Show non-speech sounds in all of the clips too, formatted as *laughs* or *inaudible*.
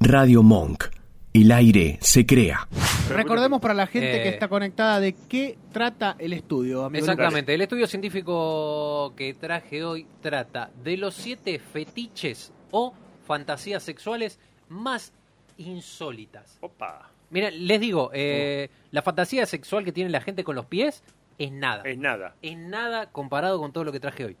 Radio Monk. El aire se crea. Recordemos para la gente que Eh, está conectada de qué trata el estudio. amigo Exactamente, el estudio científico que traje hoy trata de los siete fetiches o fantasías sexuales más insólitas. Opa, Mira, les digo, eh, la fantasía sexual que tiene la gente con los pies es nada. es nada, Es nada comparado con todo lo que traje hoy.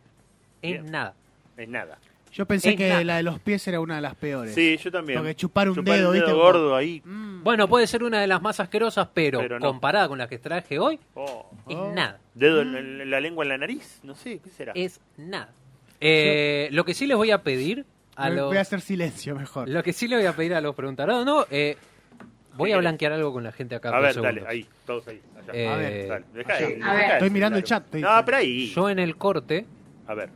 Es Bien. nada. es nada. Lucas. Yo pensé Es que nada. la de los pies era una de las peores. Sí, yo también. Porque chupar un dedo, ¿viste? gordo ahí. Mm. Bueno, puede ser una de las más asquerosas, pero, Pero no. comparada con las que traje hoy, Oh. es Oh. nada. Dedo en, en la lengua en la nariz, no sé, ¿qué será? Es nada. Eh, Lo que sí les voy a pedir a Me- los... Voy a hacer silencio mejor. Lo que sí le voy a pedir a los preguntaros, no, eh, voy a blanquear algo con la gente acá. Eh, a por ver, segundos. dale, ahí, todos ahí. allá. Eh, A ver, Dale, dejá allá. de- Estoy dejá de mirando celular. el chat, te No, dicen. pero ahí. Yo en el corte A ver,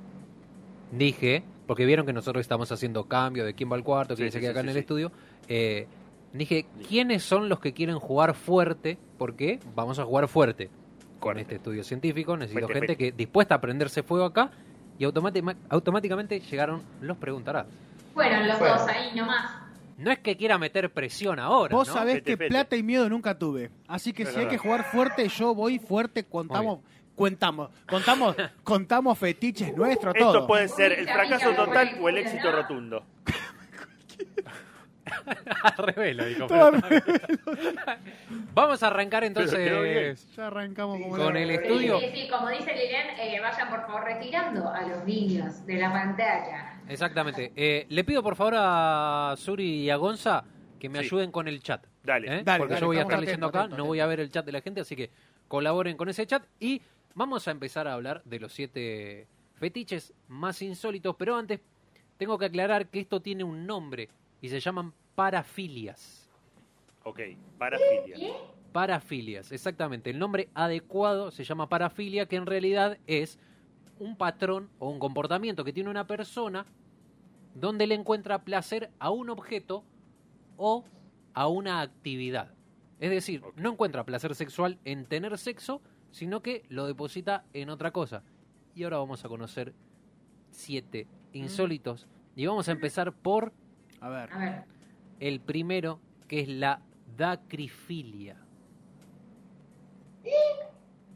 dije, porque vieron que nosotros estamos haciendo cambio de quién va al cuarto, quién Sí, se sí, sí, queda acá en sí, el sí. estudio, eh, dije, ¿quiénes son los que quieren jugar fuerte? Porque vamos a jugar fuerte con este estudio científico. Necesito Fuerte, gente que dispuesta a prenderse fuego acá y automátima- automáticamente llegaron los preguntarás. Fueron los dos ahí nomás. No es que quiera meter presión ahora. Vos ¿no? sabés Vete, que vete. plata y miedo nunca tuve. Así que Es si hay que verdad. jugar fuerte, yo voy fuerte. Contamos, contamos, *laughs* contamos, contamos fetiches nuestros, todo. esto puede ser el Mira, fracaso mira, total mira, o el mira, éxito no. rotundo. Al revés lo dijo, Todo pero al está bien. Vamos a arrancar quedó bien. entonces. Ya arrancamos como Con la- el Sí, estudio. sí, sí, como dice Lilian, eh, vayan por favor retirando a los niños de la pantalla. Exactamente. Eh, le pido por favor a Suri y a Gonza que me Sí. ayuden con el chat. Dale. ¿eh? Dale, Porque dale, yo voy a estamos estar leyendo atentos, acá, atentos, no voy a ver el chat de la gente, así que colaboren con ese chat y vamos a empezar a hablar de los siete fetiches más insólitos, pero antes tengo que aclarar que esto tiene un nombre y se llaman parafilias. Ok, parafilia. ¿Qué? Parafilias, exactamente. El nombre adecuado se llama parafilia, que en realidad es un patrón o un comportamiento que tiene una persona donde le encuentra placer a un objeto o a una actividad. Es decir, Ok. no encuentra placer sexual en tener sexo, sino que lo deposita en otra cosa. Y ahora vamos a conocer siete insólitos. Y vamos a empezar por A ver. A ver, el primero, que es la dacrifilia.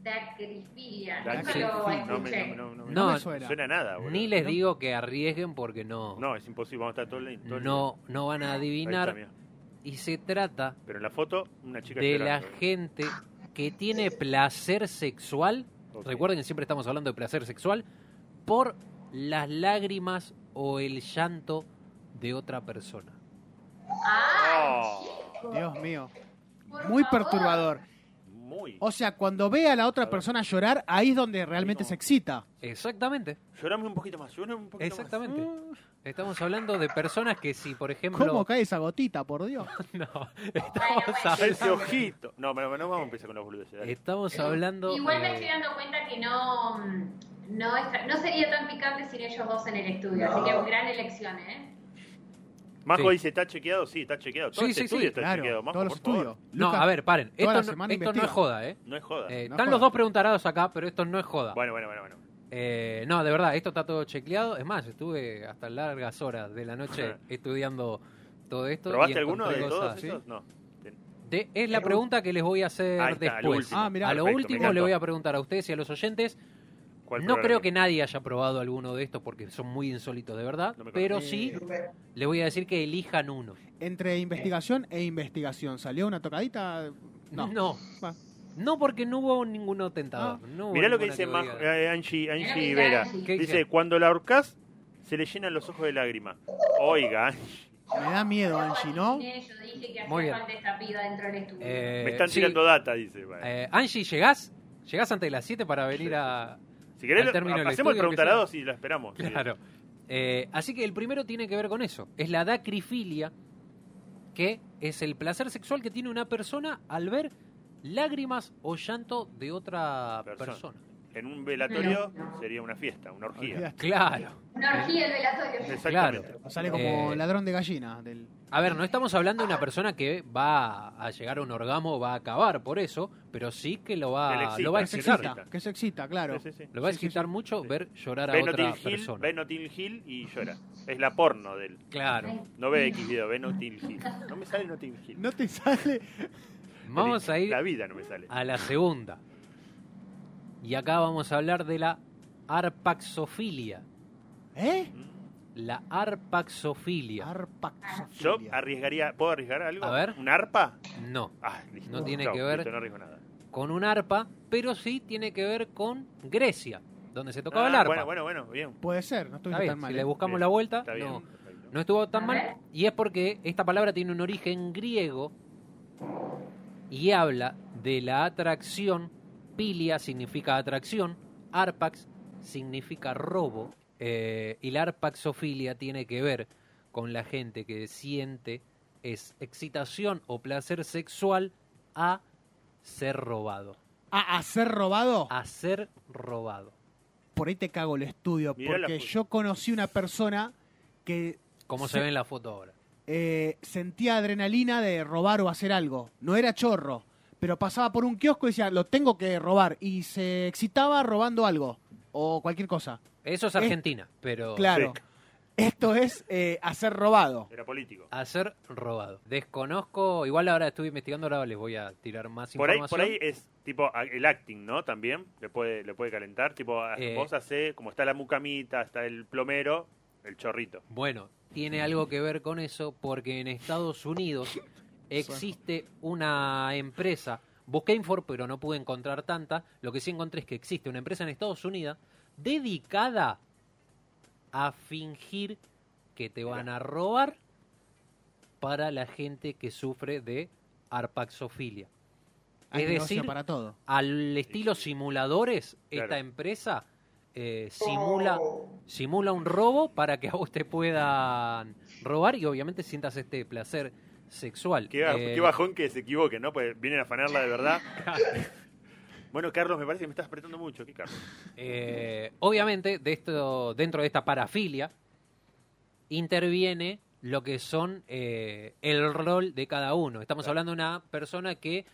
dacrifilia. Dale. Nunca lo Dacrifilia. No, me- escuché. no, no, no, No, me no suena. suena a nada, boludo. Ni les ¿no? digo que arriesguen porque no, Ah, No, es imposible, vamos a estar todo el todo el- no, no van a Ahí está, adivinar. mira. Y se trata Pero en la foto, una chica de la llorando. Oh, gente que tiene placer sexual. Ok. Recuerden que siempre estamos hablando de placer sexual por las lágrimas o el llanto de otra persona. Ah, Dios mío. por Muy favor. perturbador. Muy. O sea, cuando ve a la otra persona llorar, ahí es donde realmente no. se excita. Exactamente, Llorame un poquito más, llorame un poquito exactamente. más. Estamos hablando de personas que si, por ejemplo... ¿Cómo cae esa gotita, por Dios? *laughs* No, Bueno, estamos, bueno. hab- Ese ojito. No, pero no vamos a empezar con los boludeces. dale. estamos hablando... Igual me eh, estoy dando cuenta que no, mm, no, es- no sería tan picante sin ellos dos en el estudio. Así que gran elección, ¿eh? Majo Sí. dice, ¿está chequeado? Sí, está chequeado. Todo Sí, este sí, sí, estudio está Claro, chequeado, Majo, todos los por favor. estudios. No, Lucas, a ver, paren. toda Esto, la no- semana esto no investiga. es joda, ¿eh? No es joda. Eh, No están joda. los dos preguntarados acá, pero esto no es joda. Bueno, bueno, bueno, bueno. Eh, no, de verdad, esto está todo chequeado. Es más, estuve hasta largas horas de *laughs* la noche estudiando todo esto. y ¿Probaste alguno de encontré todos cosas. esos? No. De- es la pregunta que les voy a hacer Ahí está, al después. último. Ah, mirá, a lo perfecto, me último encantó. le voy a preguntar a ustedes y a los oyentes. ¿Cuál No creo programa? que nadie haya probado alguno de estos porque son muy insólitos, de verdad. No me pero conocen. sí, les voy a decir que elijan uno. Entre investigación e investigación. ¿Salió una tocadita? No. No, no, Va. Ah. porque no hubo ninguno tentador. No hubo Mirá lo que ninguna dice vos Majo- digas. eh, Angie, Mirá Angie lo que Vera. Angie. ¿Qué Dice, dice? cuando la ahorcás, se le llenan los ojos de lágrimas. Oiga, Angie, Me da miedo, Angie, ¿no? Yo dije que Muy hacía bien. falta esta piba dentro del estudio. Eh, me están sí, tirando data, dice. Bueno. eh, Angie, ¿llegás? ¿Llegás antes de las 7 para venir a, *laughs* si querés, al término del hacemos el estudio, aunque preguntar a dos y la esperamos. sí. Claro. Eh, así que el primero tiene que ver con eso. Es la dacrifilia, que es el placer sexual que tiene una persona al ver lágrimas o llanto de otra persona. Persona. En un velatorio No. sería una fiesta, una orgía. Claro. Una orgía el velatorio. Exactamente. Claro. Sale como Eh, ladrón de gallina. Del... A ver, no estamos hablando de una persona que va a llegar a un orgasmo, va a acabar por eso, pero sí que lo Que le va, excita, lo va a que se excitar. excitar. excita, que se excita, claro. Sí, sí, sí. Lo va a Sí, sí, excitar sí. mucho Sí. ver llorar a Ve otra Notting Hill, persona. ve Notting Hill y llora. Es la porno del. Claro. No ve X video, ve Notting Hill. No me sale Notting Hill. No te sale. Vamos a ir La vida no me sale. a la segunda. Y acá vamos a hablar de la arpaxofilia. ¿Eh? ¿Mm? La arpaxofilia. Yo Arpaxofilia. arriesgaría. ¿Puedo arriesgar algo? A ver. ¿Una arpa? No, Ah, listo. No tiene Chau, que ver. listo, no arriesgo nada. con un arpa, pero sí tiene que ver con Grecia, donde se tocaba Ah, el arpa. Bueno, bueno, bueno, bien. Puede ser, no estoy Está bien, tan mal. si le ¿eh? buscamos Bien, la vuelta, Está bien. no, perfecto. no estuvo tan A mal. ver. Y es porque esta palabra tiene un origen griego y habla de la atracción. Pilia significa atracción, arpax significa robo eh, y la arpaxofilia tiene que ver con la gente que siente es excitación o placer sexual a ser robado. Ah, ¿A, a ser robado? A ser robado. Por ahí te cago el estudio. Mirá la porque foto. yo conocí una persona que Como Sí. se ve en la foto ahora. eh, sentía adrenalina de robar o hacer algo. No era chorro, pero pasaba por un kiosco y decía, lo tengo que robar. Y se excitaba robando algo o cualquier cosa. Eso es Eh, Argentina, pero Claro. Sí. Esto es eh, hacer robado. Era político. a ser robado. Desconozco, igual ahora estuve investigando, ahora les voy a tirar más Por ahí, información. por ahí es tipo a- el acting, ¿no? También le puede, le puede calentar. Tipo, a- Eh. vos hacés, como está la mucamita, está el plomero, el chorrito. Bueno, tiene algo que ver con eso porque en Estados Unidos existe una empresa, busqué info pero no pude encontrar tanta, lo que sí encontré es que existe una empresa en Estados Unidos dedicada a fingir que te van a robar para la gente que sufre de arpaxofilia. Hay Es negocio decir, para todo. al estilo simuladores, Claro. esta empresa eh, simula, simula un robo para que a vos te puedan robar y obviamente sientas este placer sexual. Qué, ba- Eh, qué bajón que se equivoque, ¿no? Pues vienen a afanarla *laughs* de verdad. bueno, Carlos, me parece que me estás apretando mucho. ¿Qué Carlos? eh, obviamente, de esto, dentro de esta parafilia, interviene lo que son eh, el rol de cada uno. Estamos hablando de una persona que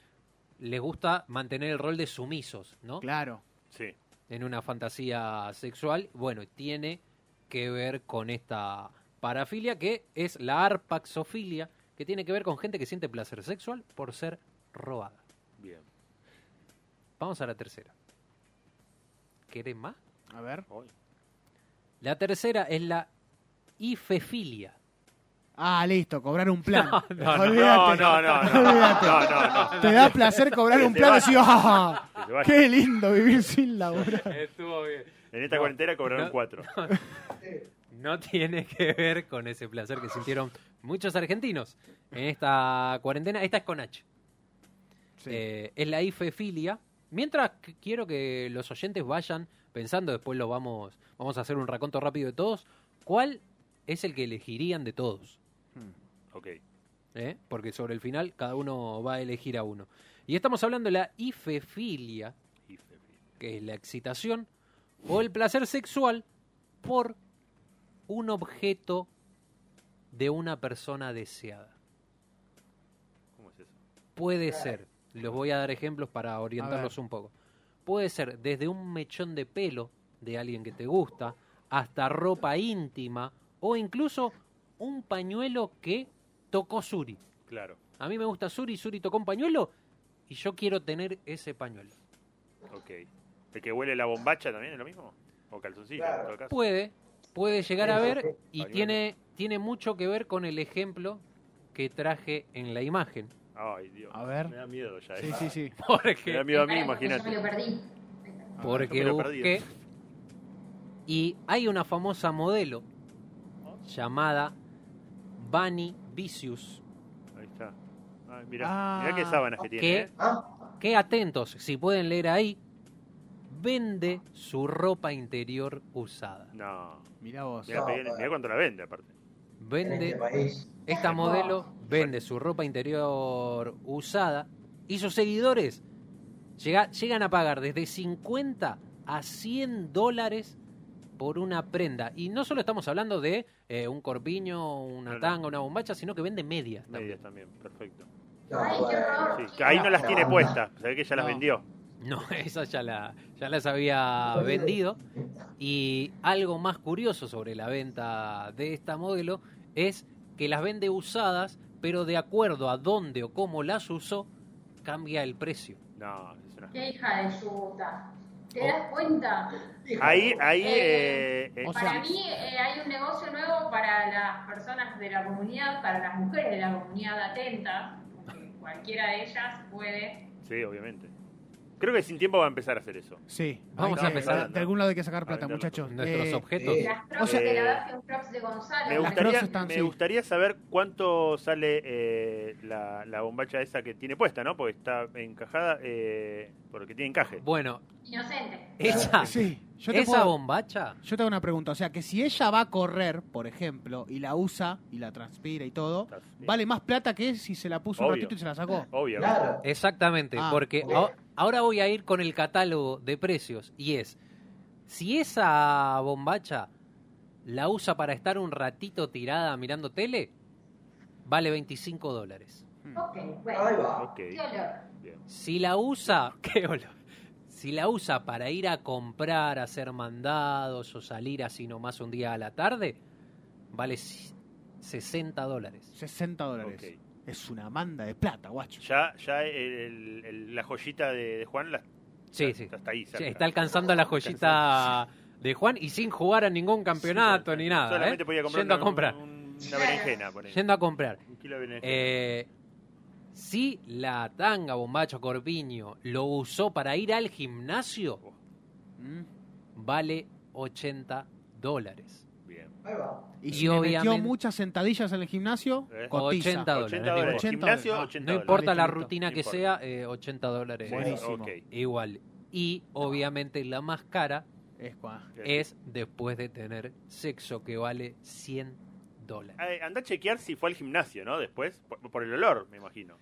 les gusta mantener el rol de sumisos, ¿no? Claro. Sí. en una fantasía sexual, bueno, tiene que ver con esta parafilia que es la arpaxofilia, que tiene que ver con gente que siente placer sexual por ser robada. Bien. Vamos a la tercera. ¿Querés más? A ver. Hoy. La tercera es la ifefilia. Ah, listo, cobrar un plan. *laughs* No, no, no, Olvídate. no, no, no, Olvídate. no, no, no. Te da placer cobrar Que un te plan y vaya. decís, "Ah, Que se vaya. ¡Qué lindo vivir sin laborar! Estuvo bien. En esta No. cuarentena cobraron No. cuatro. No tiene que ver con ese placer que sintieron muchos argentinos en esta cuarentena. Esta es con H. Sí. Eh, es la ifefilia. Mientras qu- quiero que los oyentes vayan pensando, después lo vamos, vamos a hacer un raconto rápido de todos, ¿cuál es el que elegirían de todos? Hmm. Ok. ¿Eh? Porque sobre el final cada uno va a elegir a uno. Y estamos hablando de la ifefilia, que es la excitación o el placer sexual por un objeto de una persona deseada. ¿Cómo es eso? Puede ser, los voy a dar ejemplos para orientarlos un poco. Puede ser desde un mechón de pelo de alguien que te gusta, hasta ropa íntima o incluso un pañuelo que tocó Suri. Claro. A mí me gusta Suri, Suri tocó un pañuelo y yo quiero tener ese pañuelo. Ok. ¿El que huele la bombacha también es lo mismo? ¿O calzoncillo? En todo caso. Puede, puede llegar a ver y Pañuelo. tiene, tiene mucho que ver con el ejemplo que traje en la imagen. *laughs* Ay, Dios. A ver. Me da miedo ya. Sí, eh. sí, sí. Me Porque da miedo a mí, Yo me lo imagínate. perdí. porque yo Ah, me lo perdí. busqué. Y hay una famosa modelo llamada Bunny Vicious. Ahí está. Ay, mirá, Ah. mirá qué sábanas que tiene. Que, ¿eh? Ah, que atentos, si pueden leer ahí, vende su ropa interior usada. No. Mirá vos. Mirá, pegué- mirá cuánto la vende, aparte. En este Vende, país. esta modelo vende su ropa interior usada y sus seguidores llega- llegan a pagar desde 50 a 100 dólares por una prenda. Y no solo estamos hablando de eh, un corpiño, una No, no. tanga, una bombacha, sino que vende medias. también. Medias también, perfecto. Ay, qué horror. Sí, chicos. que ahí no las tiene No. puestas, se ve que ya las No. vendió. No, *laughs* esa ya, la, ya las había vendido. Y algo más curioso sobre la venta de esta modelo es que las vende usadas, pero de acuerdo a dónde o cómo las usó, cambia el precio. No, es una... Qué hija de puta. ¿Te das cuenta? Ahí, ahí, Eh, eh, eh, o sea, Para mí eh, hay un negocio nuevo para las personas de la comunidad, para las mujeres de la comunidad atenta, porque cualquiera de ellas puede. sí, obviamente. Creo que sin tiempo va a empezar a hacer eso. Sí. Vamos Hay a que- empezar. De algún lado hay que sacar plata, A venderlo. muchachos. Nuestros Eh, objetos. eh, Las crocs sea, de la Daphne Crocs de Gonzalo. Me Las gustaría, crocs están, me sí. gustaría saber cuánto sale eh, la, la bombacha esa que tiene puesta, ¿no? Porque está encajada, eh, porque tiene encaje. Bueno, Inocente. esa, Ah, Sí. Yo te esa puedo- bombacha. Yo te hago una pregunta, o sea, que si ella va a correr, por ejemplo, y la usa y la transpira y todo, Está así. vale más plata que si se la puso un Obvio. ratito y se la sacó. *laughs* Obvio. Claro. Eh, Exactamente, Ah, porque ok. ahora- ahora voy a ir con el catálogo de precios y es, si esa bombacha la usa para estar un ratito tirada mirando tele, vale 25 dólares. Mm. Ok, Ahí bueno. va. Ok, Qué olor. bien. Si la usa, *laughs* qué olor, si la usa para ir a comprar, a hacer mandados o salir así nomás un día a la tarde, vale si- 60 dólares. 60 dólares. Ok. Es una manda de plata, guacho. Ya, ya el- el- la joyita de, de Juan la, Sí, ya- sí. ya está ahí. Sí, cerca. está alcanzando la joyita de Juan y sin jugar a ningún campeonato ni nada. Solamente ¿eh? podía comprar Yendo a una, comprar. un- una berenjena. ponele. Yendo a comprar. Un kilo de berenjena. Eh, si la tanga, bombacho, corpiño lo usó para ir al gimnasio, Oh. Mm. vale 80 dólares. bien. eh. Ahí va. Y Y si metió obviamente- muchas sentadillas en el gimnasio, Eh. cotiza. 80 dólares. 80 dólares. 80 Gimnasio, dólares. 80 No dólares. importa la Listo, listo. rutina No que importa. sea, eh, 80 dólares Sí, Buenísimo. ok. igual. Y obviamente la más cara Es cua- Bien. es después de tener sexo, que vale 100 dólares. Eh, Andá a chequear si fue al gimnasio, ¿no? Después, por, por el olor, me imagino.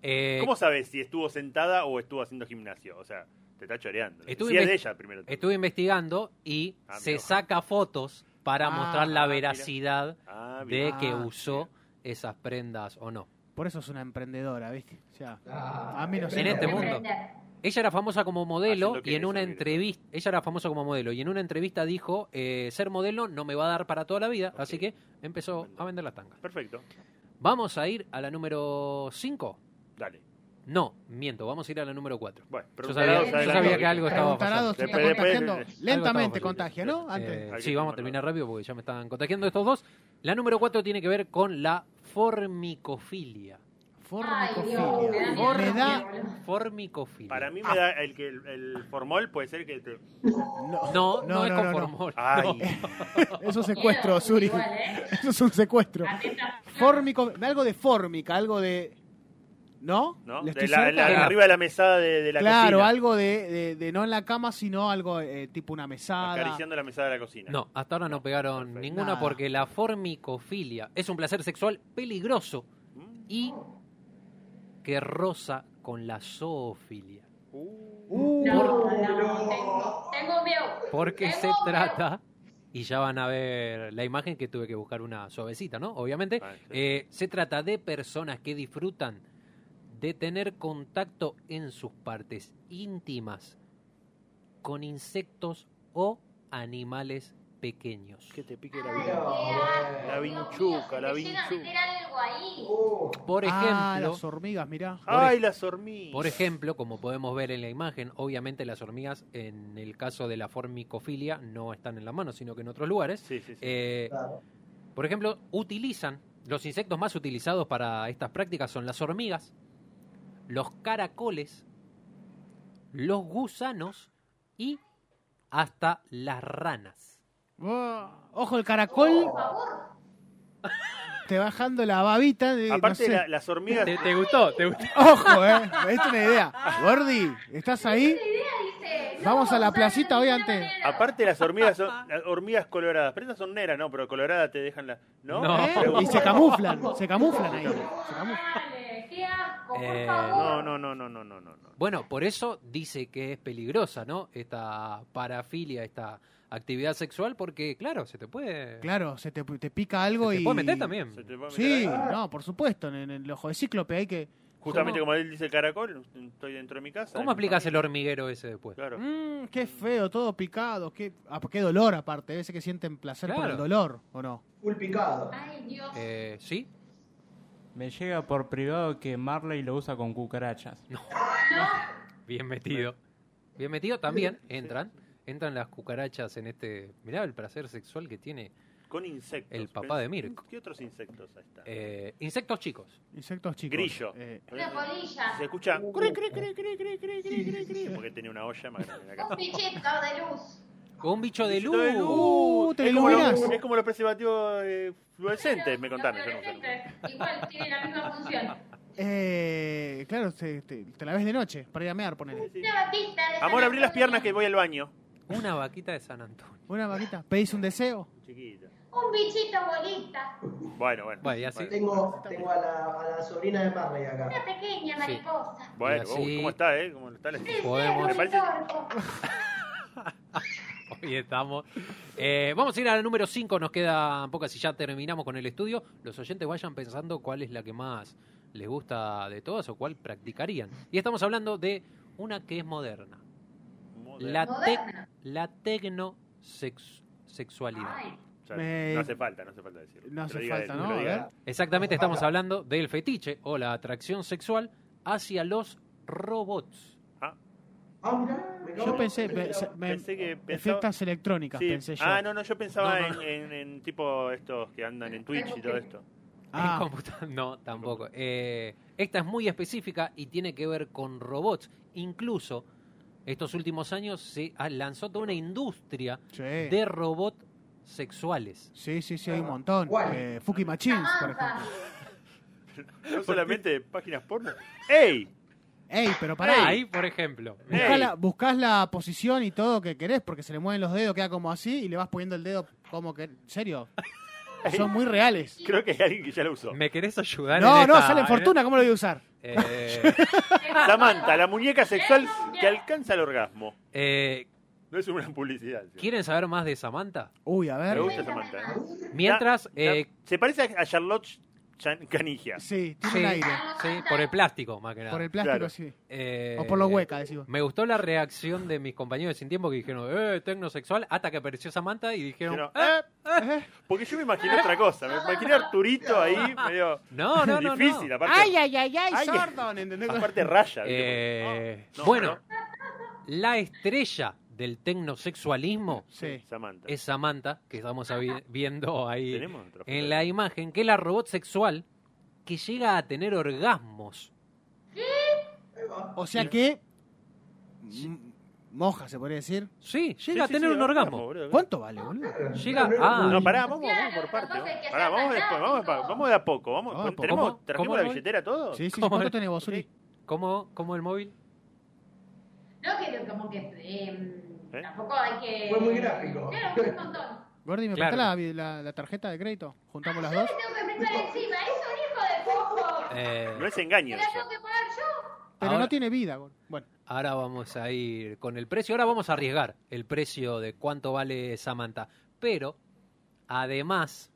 Eh, ¿Cómo sabes si estuvo sentada o estuvo haciendo gimnasio? O sea, te está choreando. Estuve si es inve- de ella primero. Estuve investigando y Ah, se mira. saca fotos para Ah, mostrar la ah, mira. veracidad Ah, bien. de que Ah, usó esas prendas o no. Por eso es una emprendedora, ¿viste? O sea, Ah, A mí no sé. eh, En este eh, mundo. Emprender. Ella era famosa como modelo Haciendo que y en eso, una mire. entrevista, ella era famosa como modelo y en una entrevista dijo, eh, ser modelo no me va a dar para toda la vida, Ok. así que empezó a vender las tangas. Ah, Perfecto. Vamos a ir a la número 5. Dale. No, miento, vamos a ir a la número 4. Bueno, Yo pregunta sabía, dos, yo adelante. sabía que algo estaba preguntarados pasando. se está Después- después- contagiando. después- Lentamente algo estaba contagia, ¿no? Eh, Antes. Hay que sí, vamos a tomarlo. terminar rápido porque ya me están contagiando estos dos. La número 4 tiene que ver con la formicofilia. Ay, Dios, me da Formicofilia. miedo. Me da boludo. Formicofilia. Para mí me da el que el, el formol puede ser que te- No, no, No, es no, con no, no. formol, Ay. no. Eso es secuestro, Suri. Igual, Ah, ¿eh? Eso es un secuestro. Atenta. Fórmico, algo de fórmica, algo de. ¿No? ¿no? ¿Le De estoy la- cerca? la- arriba de la mesada de, de la claro, cocina. algo de, de- de no en la cama, sino algo eh, tipo una mesada. Acariciando la mesada de la cocina. No, hasta ahora no pegaron Perfecto. ninguna Nada. porque la formicofilia es un placer sexual peligroso Mm. y que roza con la zoofilia. Uh, No, no, no. tengo, tengo miedo. Porque Tengo se miedo. trata, y ya van a ver la imagen que tuve que buscar una suavecita, ¿no? Obviamente, Ah, sí. eh, se trata de personas que disfrutan de tener contacto en sus partes íntimas con insectos o animales pequeños. Que te pique Ay, la vida. qué asco, La Dios vinchuca, la mío, se te llega a vinchuca. meter algo ahí. Uh, Por ah, ejemplo, las hormigas, mirá. Ay, las hormigas. Por ejemplo, como podemos ver en la imagen, obviamente las hormigas en el caso de la formicofilia no están en la mano, sino que en otros lugares. Sí, sí, sí. Eh, claro. por ejemplo, utilizan, los insectos más utilizados para estas prácticas son las hormigas, los caracoles, los gusanos y hasta las ranas. Ah, Ojo, el caracol Oh, Por favor. te bajando la babita. de- no Aparte, sé. la- las hormigas. ¿Te, te gustó? ¿Te gustó? Ojo, eh. Esta es una idea. Gordi, ¿estás ahí? Esa idea dice, Vamos a la placita hoy antes. Aparte las hormigas son las hormigas coloradas. Prendas son negras, no, pero coloradas te dejan la... No, *laughs* No. ¿Eh? Pregunto. Y se camuflan, se camuflan ahí. Se camuflan. Dale, qué asco, por Eh, favor. No, no, no, no, no, no, no. no. Bueno, por eso dice que es peligrosa, ¿no? Esta parafilia, esta actividad sexual, porque, claro, se te puede. Claro, se te, te pica se algo te y. puede meter también. Se te va a meter Sí, ahí. no, por supuesto, en, en el ojo de cíclope hay que. Justamente ¿Cómo? como él dice el caracol, estoy dentro de mi casa. ¿Cómo de mi aplicas el Mm. familia. hormiguero ese después? Claro. Mmm, qué feo, todo picado, qué, ah, qué dolor aparte, a veces que sienten placer por Claro. el dolor, ¿o no? Full picado. Ay, Dios. Eh, ¿Sí? Me llega por privado que Marley lo usa con cucarachas. Bien metido. Bien metido también, entran. Entran las cucarachas en este. Mirá el placer sexual que tiene. Con insectos. El papá de Pensé, Mirko. ¿Qué otros insectos ahí están? Eh, insectos chicos. Insectos chicos. Grillo. Eh, Una polilla. Se escucha cri, cri, cri, cri, cri, cri, cri, cri, cri. porque tenía una olla más grande que la Un casa. bichito de luz. Con un bicho de Uh, luz. Bichito de luz. te es, como los, iluminás. es como los preservativos eh, fluorescentes, Pero me los contaron. yo no sé. fluorescentes Igual tienen la misma función. Eh, claro, se- te, te la ves de noche, para ir a mear, ponele. Una batista de Amor, San abrí las Antonio. piernas que voy al baño. Una vaquita de San Antonio. Una vaquita, pedís un deseo. Chiquita. Un bichito bolita. Bueno, bueno. Bueno, y así. Bueno, Tengo, tengo a, la, a la sobrina de Marley Una acá. pequeña Sí. mariposa. Bueno, Y así- uy, ¿cómo está, eh? ¿Cómo está la... El Podemos- cerro, Me el parece- torco. *laughs* Hoy estamos. Eh, vamos a ir a la número 5, nos quedan pocas y ya terminamos con el estudio. Los oyentes vayan pensando cuál es la que más les gusta de todas o cuál practicarían. Y estamos hablando de una que es moderna. La, tec- Moderna. la tecnosexualidad. Ay, O sea, Me- No hace falta, no hace falta decirlo. No Que lo hace diga falta, él, ¿no? que lo A diga ver. él. Exactamente, estamos hablando del fetiche o la atracción sexual hacia los robots. Ah, Ah, mirá, me cago Yo en- pensé, me pe- cago se- en- me- Pensé que pensaba- fiestas electrónicas, sí. pensé yo. Ah, no, no, yo pensaba No, no. En, en- en tipo estos que andan en Twitch y todo *laughs* esto. Ah. En computa- No, tampoco. Eh, esta es muy específica y tiene que ver con robots. Incluso estos últimos años se ah, lanzó toda una industria Sí. de robots sexuales. sí, sí, sí, hay un montón. ¿Cuál? Eh, Fuki Machines, por avanza. ejemplo. No solamente de páginas porno. ¡Ey! Ey, pero pará. Ahí, por ejemplo. Ey. Buscás la, buscás la posición y todo que querés, porque se le mueven los dedos, queda como así y le vas poniendo el dedo como que. ¿En serio? Son muy reales. Creo que hay alguien que ya lo usó. ¿Me querés ayudar? No, en no, esta- salen fortuna, ¿cómo lo voy a usar? Eh, Samantha, la muñeca sexual que alcanza el orgasmo. eh, No es una publicidad. ¿sí? ¿Quieren saber más de Samantha? Uy, a Me ver. gusta Samantha. ¿eh? Mientras, Na- na- eh, se parece a a Charlotte Chan- Canigia. Sí, tiene sí, un aire. sí, por el plástico, más que nada. Por el plástico, Claro. sí. Eh, O por lo hueca, decimos. Me gustó la reacción de mis compañeros de sin tiempo que dijeron, eh, tecnosexual, hasta que apareció Samantha y dijeron, Pero, "Eh, ¿Eh? Porque yo me imaginé otra cosa. Me imaginé a Arturito ahí, medio *laughs* *laughs* no, no, no. difícil. no". Aparte, ay, ay, Ay, Sordon, ¿entendés? aparte raya. ¿viste? Eh, No, no, bueno, no. la estrella del tecnosexualismo Sí. Samantha. es Samantha, que estamos *laughs* avi- viendo ahí Tenemos otra foto. en la imagen, que es la robot sexual que llega a tener orgasmos. Ahí va. O sea que. m- Moja, se podría decir. Sí, Sí, llega a sí, tener sí, un ahora orgasmo. boludo. ¿Cuánto vale, boludo? Llega ah, a... No, pará, vamos, vamos por Claro, parte. tampoco Vamos, hay que Pará, ser vamos después, vamos, fanático. pa- vamos de a poco. Vamos, Vamos de a poco. ¿tenemos- ¿Cómo? ¿Trajimos ¿Cómo la no? billetera todo? Sí, sí, ¿Cómo ¿cuánto es? tenés vos, Uli? ¿Cómo, ¿Cómo el móvil? No, que como que. eh, ¿Eh? Tampoco hay que. Fue muy gráfico. Claro, fue un *laughs* montón. Gordi, ¿me Claro. prestás la, la- la tarjeta de crédito? ¿Juntamos las Yo dos? le tengo que meter encima. Es un hijo de poco. Eh, No es engaño. ¿Me la eso. tengo que pagar yo? Pero Ahora- no tiene vida, Gordi. Bueno, Ahora vamos a ir con el precio. Ahora vamos a arriesgar el precio de cuánto vale Samantha. Pero, además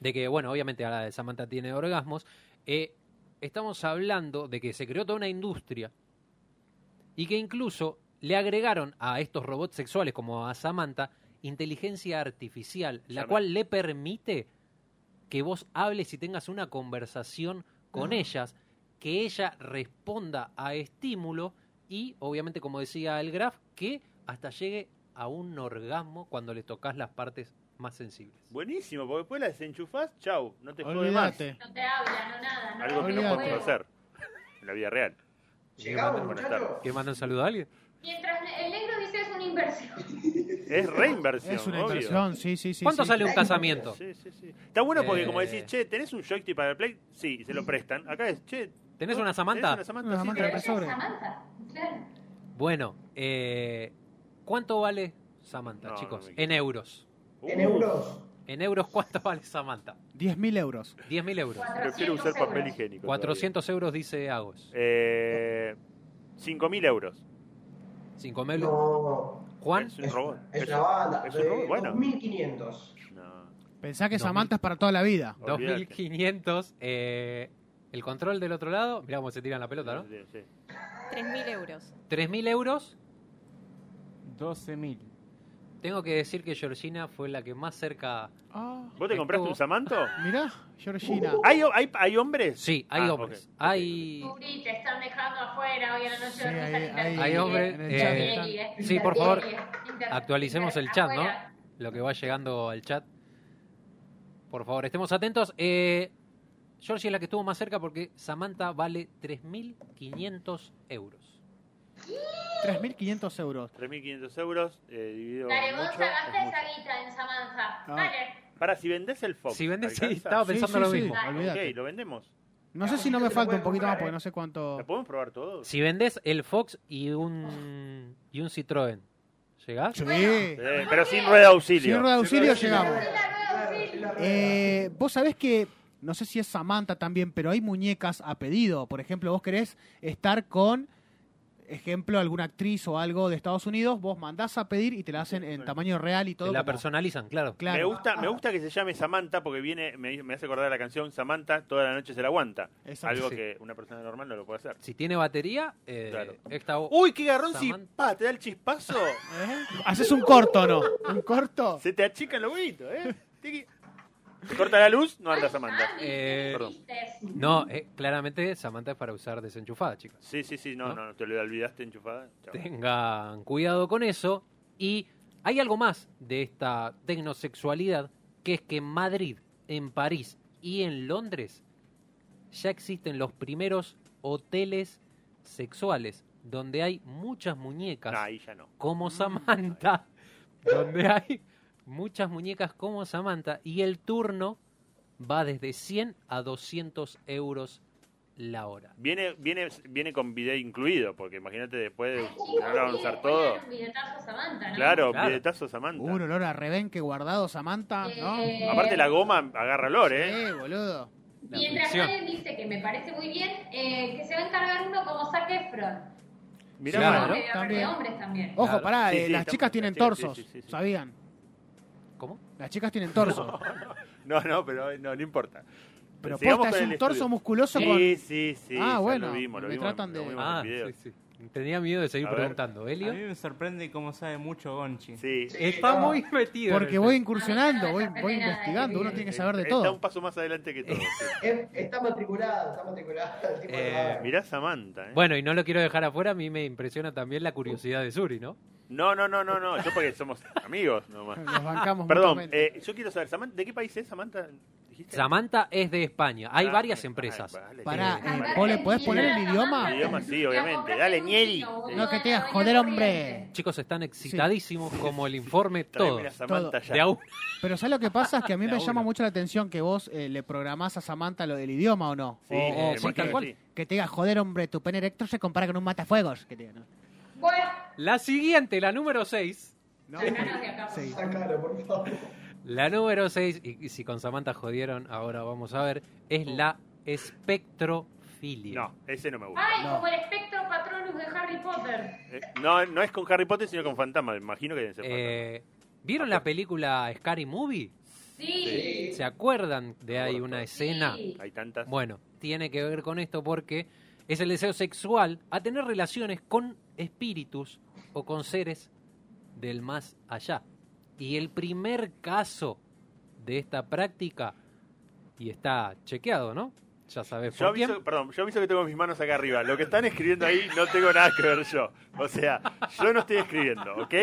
de que, bueno, obviamente ahora Samantha tiene orgasmos, eh, estamos hablando de que se creó toda una industria y que incluso le agregaron a estos robots sexuales como a Samantha inteligencia artificial, la Samantha. cual le permite que vos hables y tengas una conversación con ellas, que ella responda a estímulo y, obviamente, como decía el Graf, que hasta llegue a un orgasmo cuando le tocas las partes más sensibles. Buenísimo, porque después la desenchufás, chau, no te jode más. olvídate. No te habla, no nada. No Algo que no Olvídate. podemos hacer en la vida real. Llegamos, Buenas muchachos. tardes. ¿Qué manda un saludo a alguien? Mientras el negro dice es una inversión. Es reinversión. Es una obvio. inversión, sí, sí, sí. ¿Cuánto sí. sale un casamiento? Sí, sí, sí. Está bueno porque, Eh. como decís, che, ¿tenés un joystick para el play? Sí, y se lo prestan. Acá es, che. ¿Tenés una Samantha? ¿Tenés una Samantha? Una Sí, Samantha te la para Pero presto. ella es Samantha, claro. Bueno, eh, ¿cuánto vale Samantha, No, chicos? no me- en euros. En Uh, euros. En euros, ¿cuánto *laughs* vale Samantha? 10.000 euros. 10.000 euros. Prefiero usar 400 papel euros. higiénico. 400 euros, dice Agos. todavía. Eh, 5.000 euros. 5.000. No. Juan, Es un robot. Es Es una un- banda. es un robot, de bueno. 2500. No. Pensá que 2000. Samantha es para toda la vida. olvídate. 2.500. eh, el control del otro lado. Mirá cómo se tiran la pelota, ¿no? Sí, sí. 3.000 euros. 3.000 euros. 12.000. Tengo que decir que Georgina fue la que más cerca. Ah, ¿Vos te compraste un Samanto? mirá, Georgina. ¿Hay, hay, hay hombres? Sí, hay Ah, hombres. ok, ok, Hay. Descubrí, te están dejando afuera hoy a la noche Sí, de risas hay- hay- Hay hombres, en el chat eh, están- Internet, sí, por internet, favor, internet, Actualicemos el internet, chat, ¿no? afuera. Lo que va llegando al chat. Por favor, estemos atentos. Eh, Georgie es la que estuvo más cerca porque Samantha vale 3.500 euros. 3.500 euros. 3.500 euros eh, dividido Dale, en vos mucho, sacaste es esa mucho. guita en Samantha. Ah. Dale. Para, si vendés el Fox. Si vendes, sí, ¿alcanza? estaba pensando Sí, lo sí, sí, mismo. olvídate. Ok, lo vendemos. No sé si no me falta un poquito más porque no sé ¿La cuánto. podemos probar todos? Si vendes el Fox y un, y un Citroën, ¿llegás? Sí. Sí, Eh, pero sin rueda de auxilio. Sin rueda de auxilio Sí, llegamos. claro, sí, la rueda. Eh, vos sabés que, no sé si es Samantha también, pero hay muñecas a pedido. Por ejemplo, vos querés estar con, ejemplo, alguna actriz o algo de Estados Unidos, vos mandás a pedir y te la hacen en tamaño real y todo. la como- personalizan, claro. Me Claro, gusta, me gusta que se llame Samantha porque viene, me, me hace acordar la canción Samantha, toda la noche se la aguanta. Exacto. Algo Sí. que una persona normal no lo puede hacer. Si tiene batería, eh, Claro. esta- Uy, qué garrón si Samantha. pa, te da el *laughs* chispazo. ¿Eh? Haces un corto, ¿no? ¿Un corto? se te achican los huevitos, ¿eh? Tiqui. Te corta la luz, no anda Samantha. Eh, Perdón. no, eh, claramente Samantha es para usar desenchufada, chicos. Sí, sí, sí, no, ¿No? no, te lo olvidaste enchufada. Chao. Tengan cuidado con eso. Y hay algo más de esta tecnosexualidad, que es que en Madrid, en París y en Londres ya existen los primeros hoteles sexuales, donde hay muchas muñecas No, ahí ya no. como Samantha, donde hay muchas muñecas como Samantha y el turno va desde 100 a 200 euros la hora. Viene, viene, viene con bidet incluido, porque imagínate después de no lo van Eh, a usar todo. Claro, Claro. bidetazo Samantha. Uh, el olor a rebenque guardado, Samantha, ¿no? Eh, Aparte la goma agarra olor, ¿eh? Eh, boludo. La Mientras fricción. nadie dice que me parece muy bien, eh, que se va a encargar uno como Zac Efron. Mirá, Claro. mano. Porque también. de hombres también. Ojo, Claro. pará, Sí, eh, sí, las estamos- chicas tienen las chicas, sí, torsos, sí, sí, sí. ¿sabían? ¿Cómo? Las chicas tienen torso. No, no, pero eh, no, no importa. Pero Sigamos posta, con es el un estudio. torso musculoso con... Sí, sí, sí. Ah, ya bueno, Lo vimos, lo me vimos, tratan en- de- lo vimos en Ah, el video. sí, sí. Tenía miedo de seguir A ver. preguntando. A Elio. mí me sorprende cómo sabe mucho Gonchi. Sí. Sí, Está no. muy metido. en Porque el voy tema. incursionando, No, no, voy, no, no, no, voy no, no, investigando, no, uno no, tiene que Eh, saber de Está todo. un paso más adelante *laughs* que todo. sí. Eh, Está matriculado, está matriculado. *laughs* el tipo de Eh, la- Mirá Samantha, ¿eh? Bueno, y no lo quiero dejar afuera, a mí me impresiona también la curiosidad de Suri, ¿no? No, no, no, no, no. Yo porque somos amigos *laughs* nomás. Nos bancamos Perdón, mutuamente. eh, yo quiero saber, Samantha, ¿de qué país es Samantha? ¿Dijiste? Samantha es de España, hay Ah, varias ah, empresas. vale, Pará, sí, vale. eh, vos le podés poner el idioma? El idioma, sí, obviamente. Dale, Nieri. No, que te digas, joder, hombre. Chicos están excitadísimos como el informe todo. Tráeme la Samantha ya. De a uno. Pero ¿sabes lo que pasa? Es que a mí De me a llama uno. mucho la atención que vos eh, le programás a Samantha lo del idioma o no. Sí, o, o- eh, me Oh, sí, imagino tal cual. que sí. Que te diga, joder, hombre, tu pene erecto se compara con un matafuegos. Que te diga, ¿no? Bueno, La siguiente, la número 6. No. sacanos de acá. Sí. Sácalo, *laughs* por favor. La número 6, y, y si con Samantha jodieron, ahora vamos a ver, es la espectrofilia. No, ese no me gusta. Ay, No. como el espectro patronus de Harry Potter. Eh, no, no es con Harry Potter, sino con Fantasma. me Imagino que deben ser fantasmas. Eh, ¿Vieron la película Scary Movie? Sí. ¿Se acuerdan de ahí Aborto. una escena? Sí. Hay tantas. Bueno, tiene que ver con esto porque es el deseo sexual a tener relaciones con espíritus o con seres del más allá. Y el primer caso de esta práctica, y está chequeado, ¿no? Ya sabes Yo por quién. aviso, perdón, yo aviso que tengo mis manos acá arriba. Lo que están escribiendo ahí no tengo nada que ver yo. O sea, yo no estoy escribiendo, ¿ok?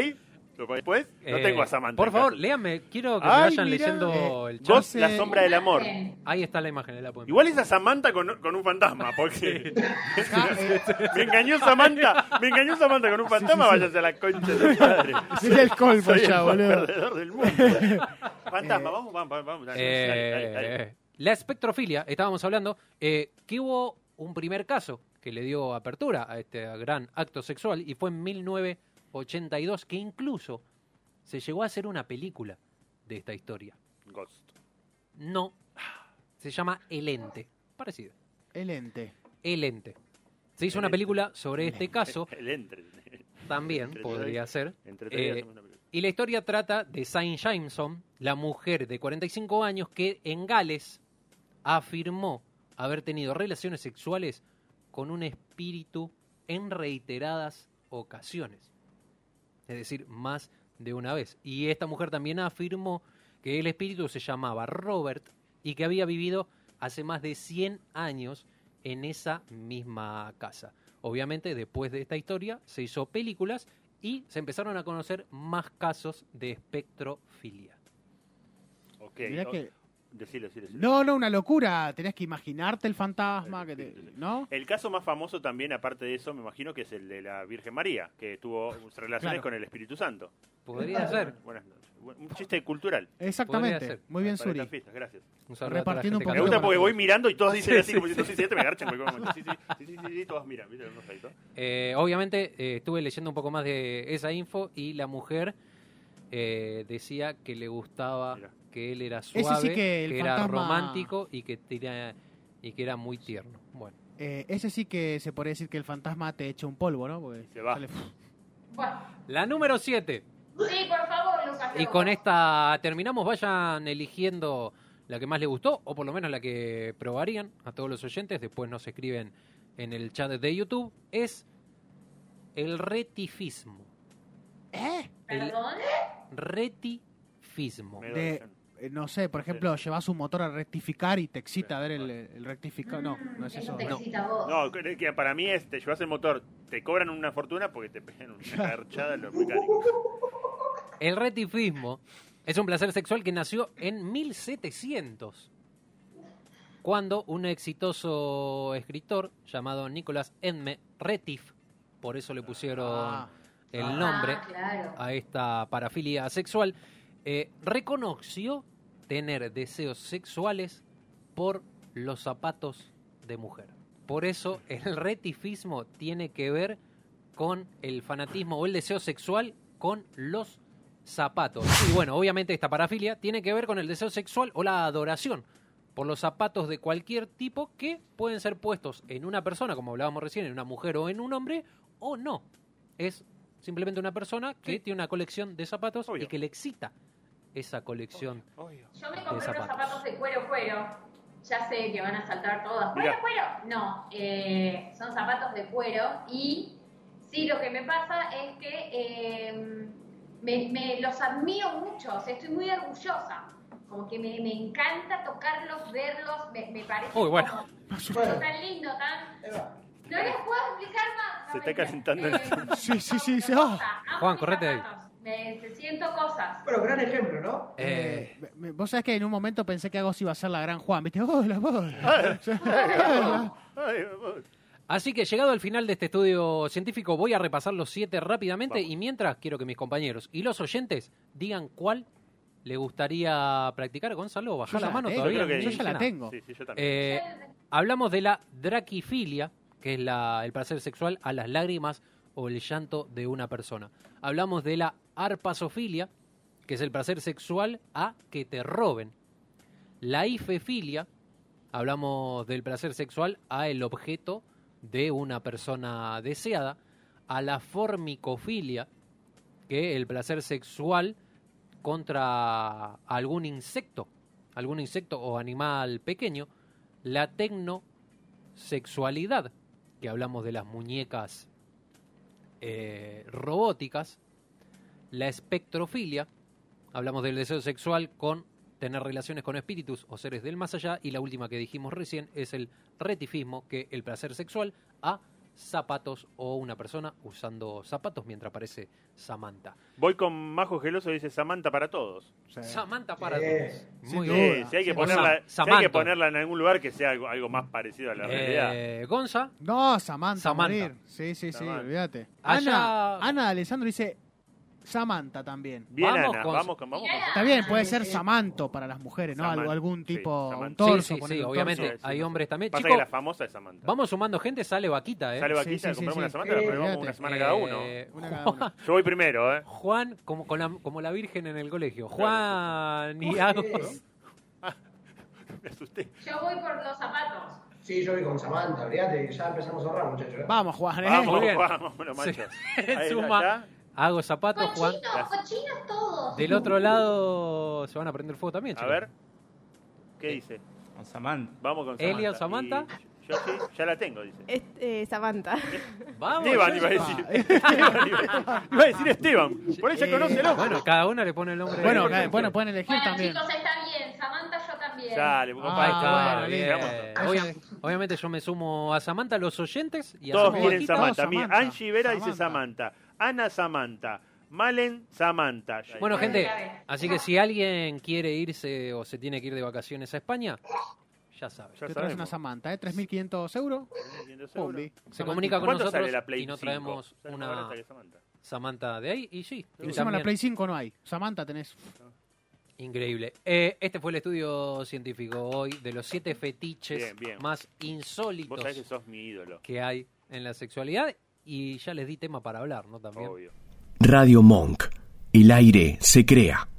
Lo cual Después, no Eh, tengo a Samantha. Por en favor, casa. léanme. Quiero que me Ay, vayan mirá. leyendo Eh, el chat. Vos, la sombra del amor. Ahí está la imagen, ahí la pueden ver. Igual es a Samantha con, con un fantasma, porque *laughs* me engañó Samantha, me engañó Samantha con un fantasma, váyase a la concha de su *laughs* madre. Es el colmo Soy ya, el más boludo. Eh, perdedor del mundo. *laughs* Fantasma, vamos, vamos, vamos, vamos. Dale, dale, dale, dale. Eh, la espectrofilia, estábamos hablando, eh, que hubo eh, un primer caso que le dio apertura a este gran acto sexual y fue en 1982 que incluso se llegó a hacer una película de esta historia. Ghost. No, se llama El Ente, parecido. El ente. El Ente. Se hizo El una Ente. película *laughs* sobre este caso, El entre. también Entre podría tres. ser. Entre Eh, tres hacemos una película. Y la historia trata de Saint Jameson, la mujer de 45 años que en Gales afirmó haber tenido relaciones sexuales con un espíritu en reiteradas ocasiones. Es decir, más de una vez. Y esta mujer también afirmó que el espíritu se llamaba Robert y que había vivido hace más de 100 años en esa misma casa. Obviamente, después de esta historia, se hizo películas y se empezaron a conocer más casos de espectrofilia. Ok. Mirá o- que- Decilo, decilo, decilo. No, no, una locura. Tenés que imaginarte el fantasma. Que te- ¿No? El caso más famoso también, aparte de eso, me imagino que es el de la Virgen María, que tuvo sus relaciones Claro. con el Espíritu Santo. Ah. Podría ser. Buenas noches. Bu- Un chiste cultural. Podría Exactamente. ser. Muy bien, Para estas Suri. fiestas, gracias. Un saludo a toda la Repartiendo un gente Me poquito católica. gusta porque para- voy mirando y todos dicen Sí, así, como sí, si no sí, este me garchan. porque como- Sí, sí, sí, sí, sí, sí, todos miran. ¿viste? No sé, ¿no? Eh, obviamente eh, estuve leyendo un poco más de esa info y la mujer eh, decía que le Ah, gustaba, Mirá. que él era sí suave, que el era fantasma- romántico y que, tenía- y que era muy tierno. Bueno, Eh, ese sí que se podría decir que el fantasma te echa un polvo, ¿no? Porque Se va. Bueno, la número 7. sí, por favor, Lucas. Y Lobos. con este- esta terminamos. Vayan eligiendo la que más les gustó o por lo menos la que probarían a todos los oyentes. Después nos escriben en el chat de YouTube. Es el retifismo. ¿Eh? El ¿Perdón? retifismo. Me De- dicen. Eh, No sé, por ejemplo, llevas un motor a rectificar y te excita ver el, el rectificado. No, Mm, no es eso. te No. excita a vos. No, que que para mí es, te llevas el motor, te cobran una fortuna porque te pegan una garchada los mecánicos. El retifismo es un placer sexual que nació en 1700, cuando un exitoso escritor llamado Nicolás Edme Retif, por eso le pusieron Ah, el nombre Ah, claro. a esta parafilia sexual, eh, reconoció tener deseos sexuales por los zapatos de mujer. Por eso el retifismo tiene que ver con el fanatismo o el deseo sexual con los zapatos. Y bueno, obviamente esta parafilia tiene que ver con el deseo sexual o la adoración por los zapatos de cualquier tipo que pueden ser puestos en una persona, como hablábamos recién, en una mujer o en un hombre, o no. Es simplemente una persona que tiene una colección de zapatos y Obvio. que le excita esa colección. Yo me de compré zapatos. unos zapatos de cuero cuero. Ya sé que van a saltar todas. ¿Cuero Mirá. cuero? No, eh, son zapatos de cuero y sí, lo que me pasa es que eh, me, me los admiro mucho, o sea, estoy muy orgullosa. Como que me, me encanta tocarlos, verlos, me, me parece Uy, bueno. como tan lindo, tan... Eva, No les puedo explicar más. no, Eh, Se está mentira. calentando el- Sí, sí, sí, sí, amo ah. mis Juan, correte ahí. zapatos, Me, te siento cosas. Bueno, gran ejemplo, ¿no? Eh, eh, me- vos sabés que en un momento pensé que algo así iba a ser la gran Juan, ¿viste? *laughs* ¡Oh, la *laughs* voz! Ay, vos. Así que llegado al final de este estudio científico, voy a repasar los siete rápidamente Vamos. y mientras quiero que mis compañeros y los oyentes digan cuál le gustaría practicar. Gonzalo, baja Yo ya la la mano tengo, todavía. creo que- no yo ya la nada. tengo. Sí, sí, yo también. Eh, hablamos de la draquifilia, que es la, el placer sexual a las lágrimas o el llanto de una persona. Hablamos de la arpasofilia, que es el placer sexual a que te roben. La ifefilia, hablamos del placer sexual a el objeto de una persona deseada. A la formicofilia, que el placer sexual contra algún insecto, algún insecto o animal pequeño, la tecnosexualidad, que hablamos de las muñecas eh, robóticas, la espectrofilia, hablamos del deseo sexual con tener relaciones con espíritus o seres del más allá, y la última que dijimos recién es el retifismo, que el placer sexual a zapatos o una persona usando zapatos mientras aparece Samantha. Voy con Majo Geloso, dice Samantha para todos. Sí. Samantha para Sí. todos. Sin Muy Eh, Sí, duda. bien. si, hay que Sí, ponerla, Sam- si hay que Samantha. ponerla en algún lugar que sea algo, algo más parecido a la realidad. Eh, Gonza, No, Samantha. Samantha. morir. Sí, sí, sí, Samantha. olvídate. Allá- Ana, Ana Alessandro dice Samantha también. Bien, Vamos Ana, con- vamos con. Vamos con- Está bien, puede ser Samanto para las mujeres, ¿no? Saman- Algo, algún sí, tipo, Saman- un torso. sí, sí, poner un sí, torso. obviamente. Sí, sí, hay sí. hombres también. Pasa Chicos, que la famosa es Samantha. vamos sumando gente, sale vaquita, ¿eh? Sale Sí, vaquita, sí, sí, compramos sí. una Samantha, la Eh, probamos fíjate. una semana cada uno. Eh, Una cada uno. Yo voy primero, *laughs* ¿eh? Juan, como, con la, como la virgen en el colegio. Claro. Juan y hago. Me asusté. Yo voy por los zapatos. Sí, yo voy con Samantha, olvídate, que ya empezamos a ahorrar, muchachos. ¿eh? Vamos, Juan, ¿eh? Vamos, muy bien. vamos, los machos. *laughs* Ahí, Suma. allá. Hago zapatos, Juan. Cochinos, cochinos todos. Del otro lado se van a prender fuego también, A chicos. ver, ¿qué dice? Con Samantha. Vamos con Samantha. Eh, Elia, Samantha. Eh, Y Yo sí, ya la tengo, dice. Este, Samantha. Vamos. Esteban iba a Joshua. decir. *laughs* Esteban iba a decir. Iba a decir Esteban. Por ella Eh, conoce el hombre. Bueno, cada uno le pone el nombre. Bueno, de- acá- bueno, pueden elegir Bueno, también. chicos, está bien. Samantha, yo también. Dale, pues, Ahí compadre, está, Ah, compadre, bueno, bien. digamos. Obvia- obviamente yo me sumo a Samantha, los oyentes y Todos hacemos quieren vaquita. Samantha. Mira, Samantha. Angie Vera dice Samantha. Ana Samantha. Malen Samantha. Bueno, Ahí gente, está bien. así que si alguien quiere irse o se tiene que ir de vacaciones a España, ya sabe. Ya Te traes una sabemos. Samantha, ¿eh? 3.500 euros. Pumbi. Se comunica con ¿Cuánto nosotros sale la Play y nos 5? traemos Sale más una barata que Samantha. Samantha de ahí y sí. Y y encima la también- Play 5 no hay. Samantha tenés. Increíble. Eh, este fue el estudio científico hoy de los siete fetiches Bien, bien. más Vos insólitos sabés que sos mi ídolo. que hay en la sexualidad y ya les di tema para hablar, ¿no? También. Obvio. Radio Monk. El aire se crea.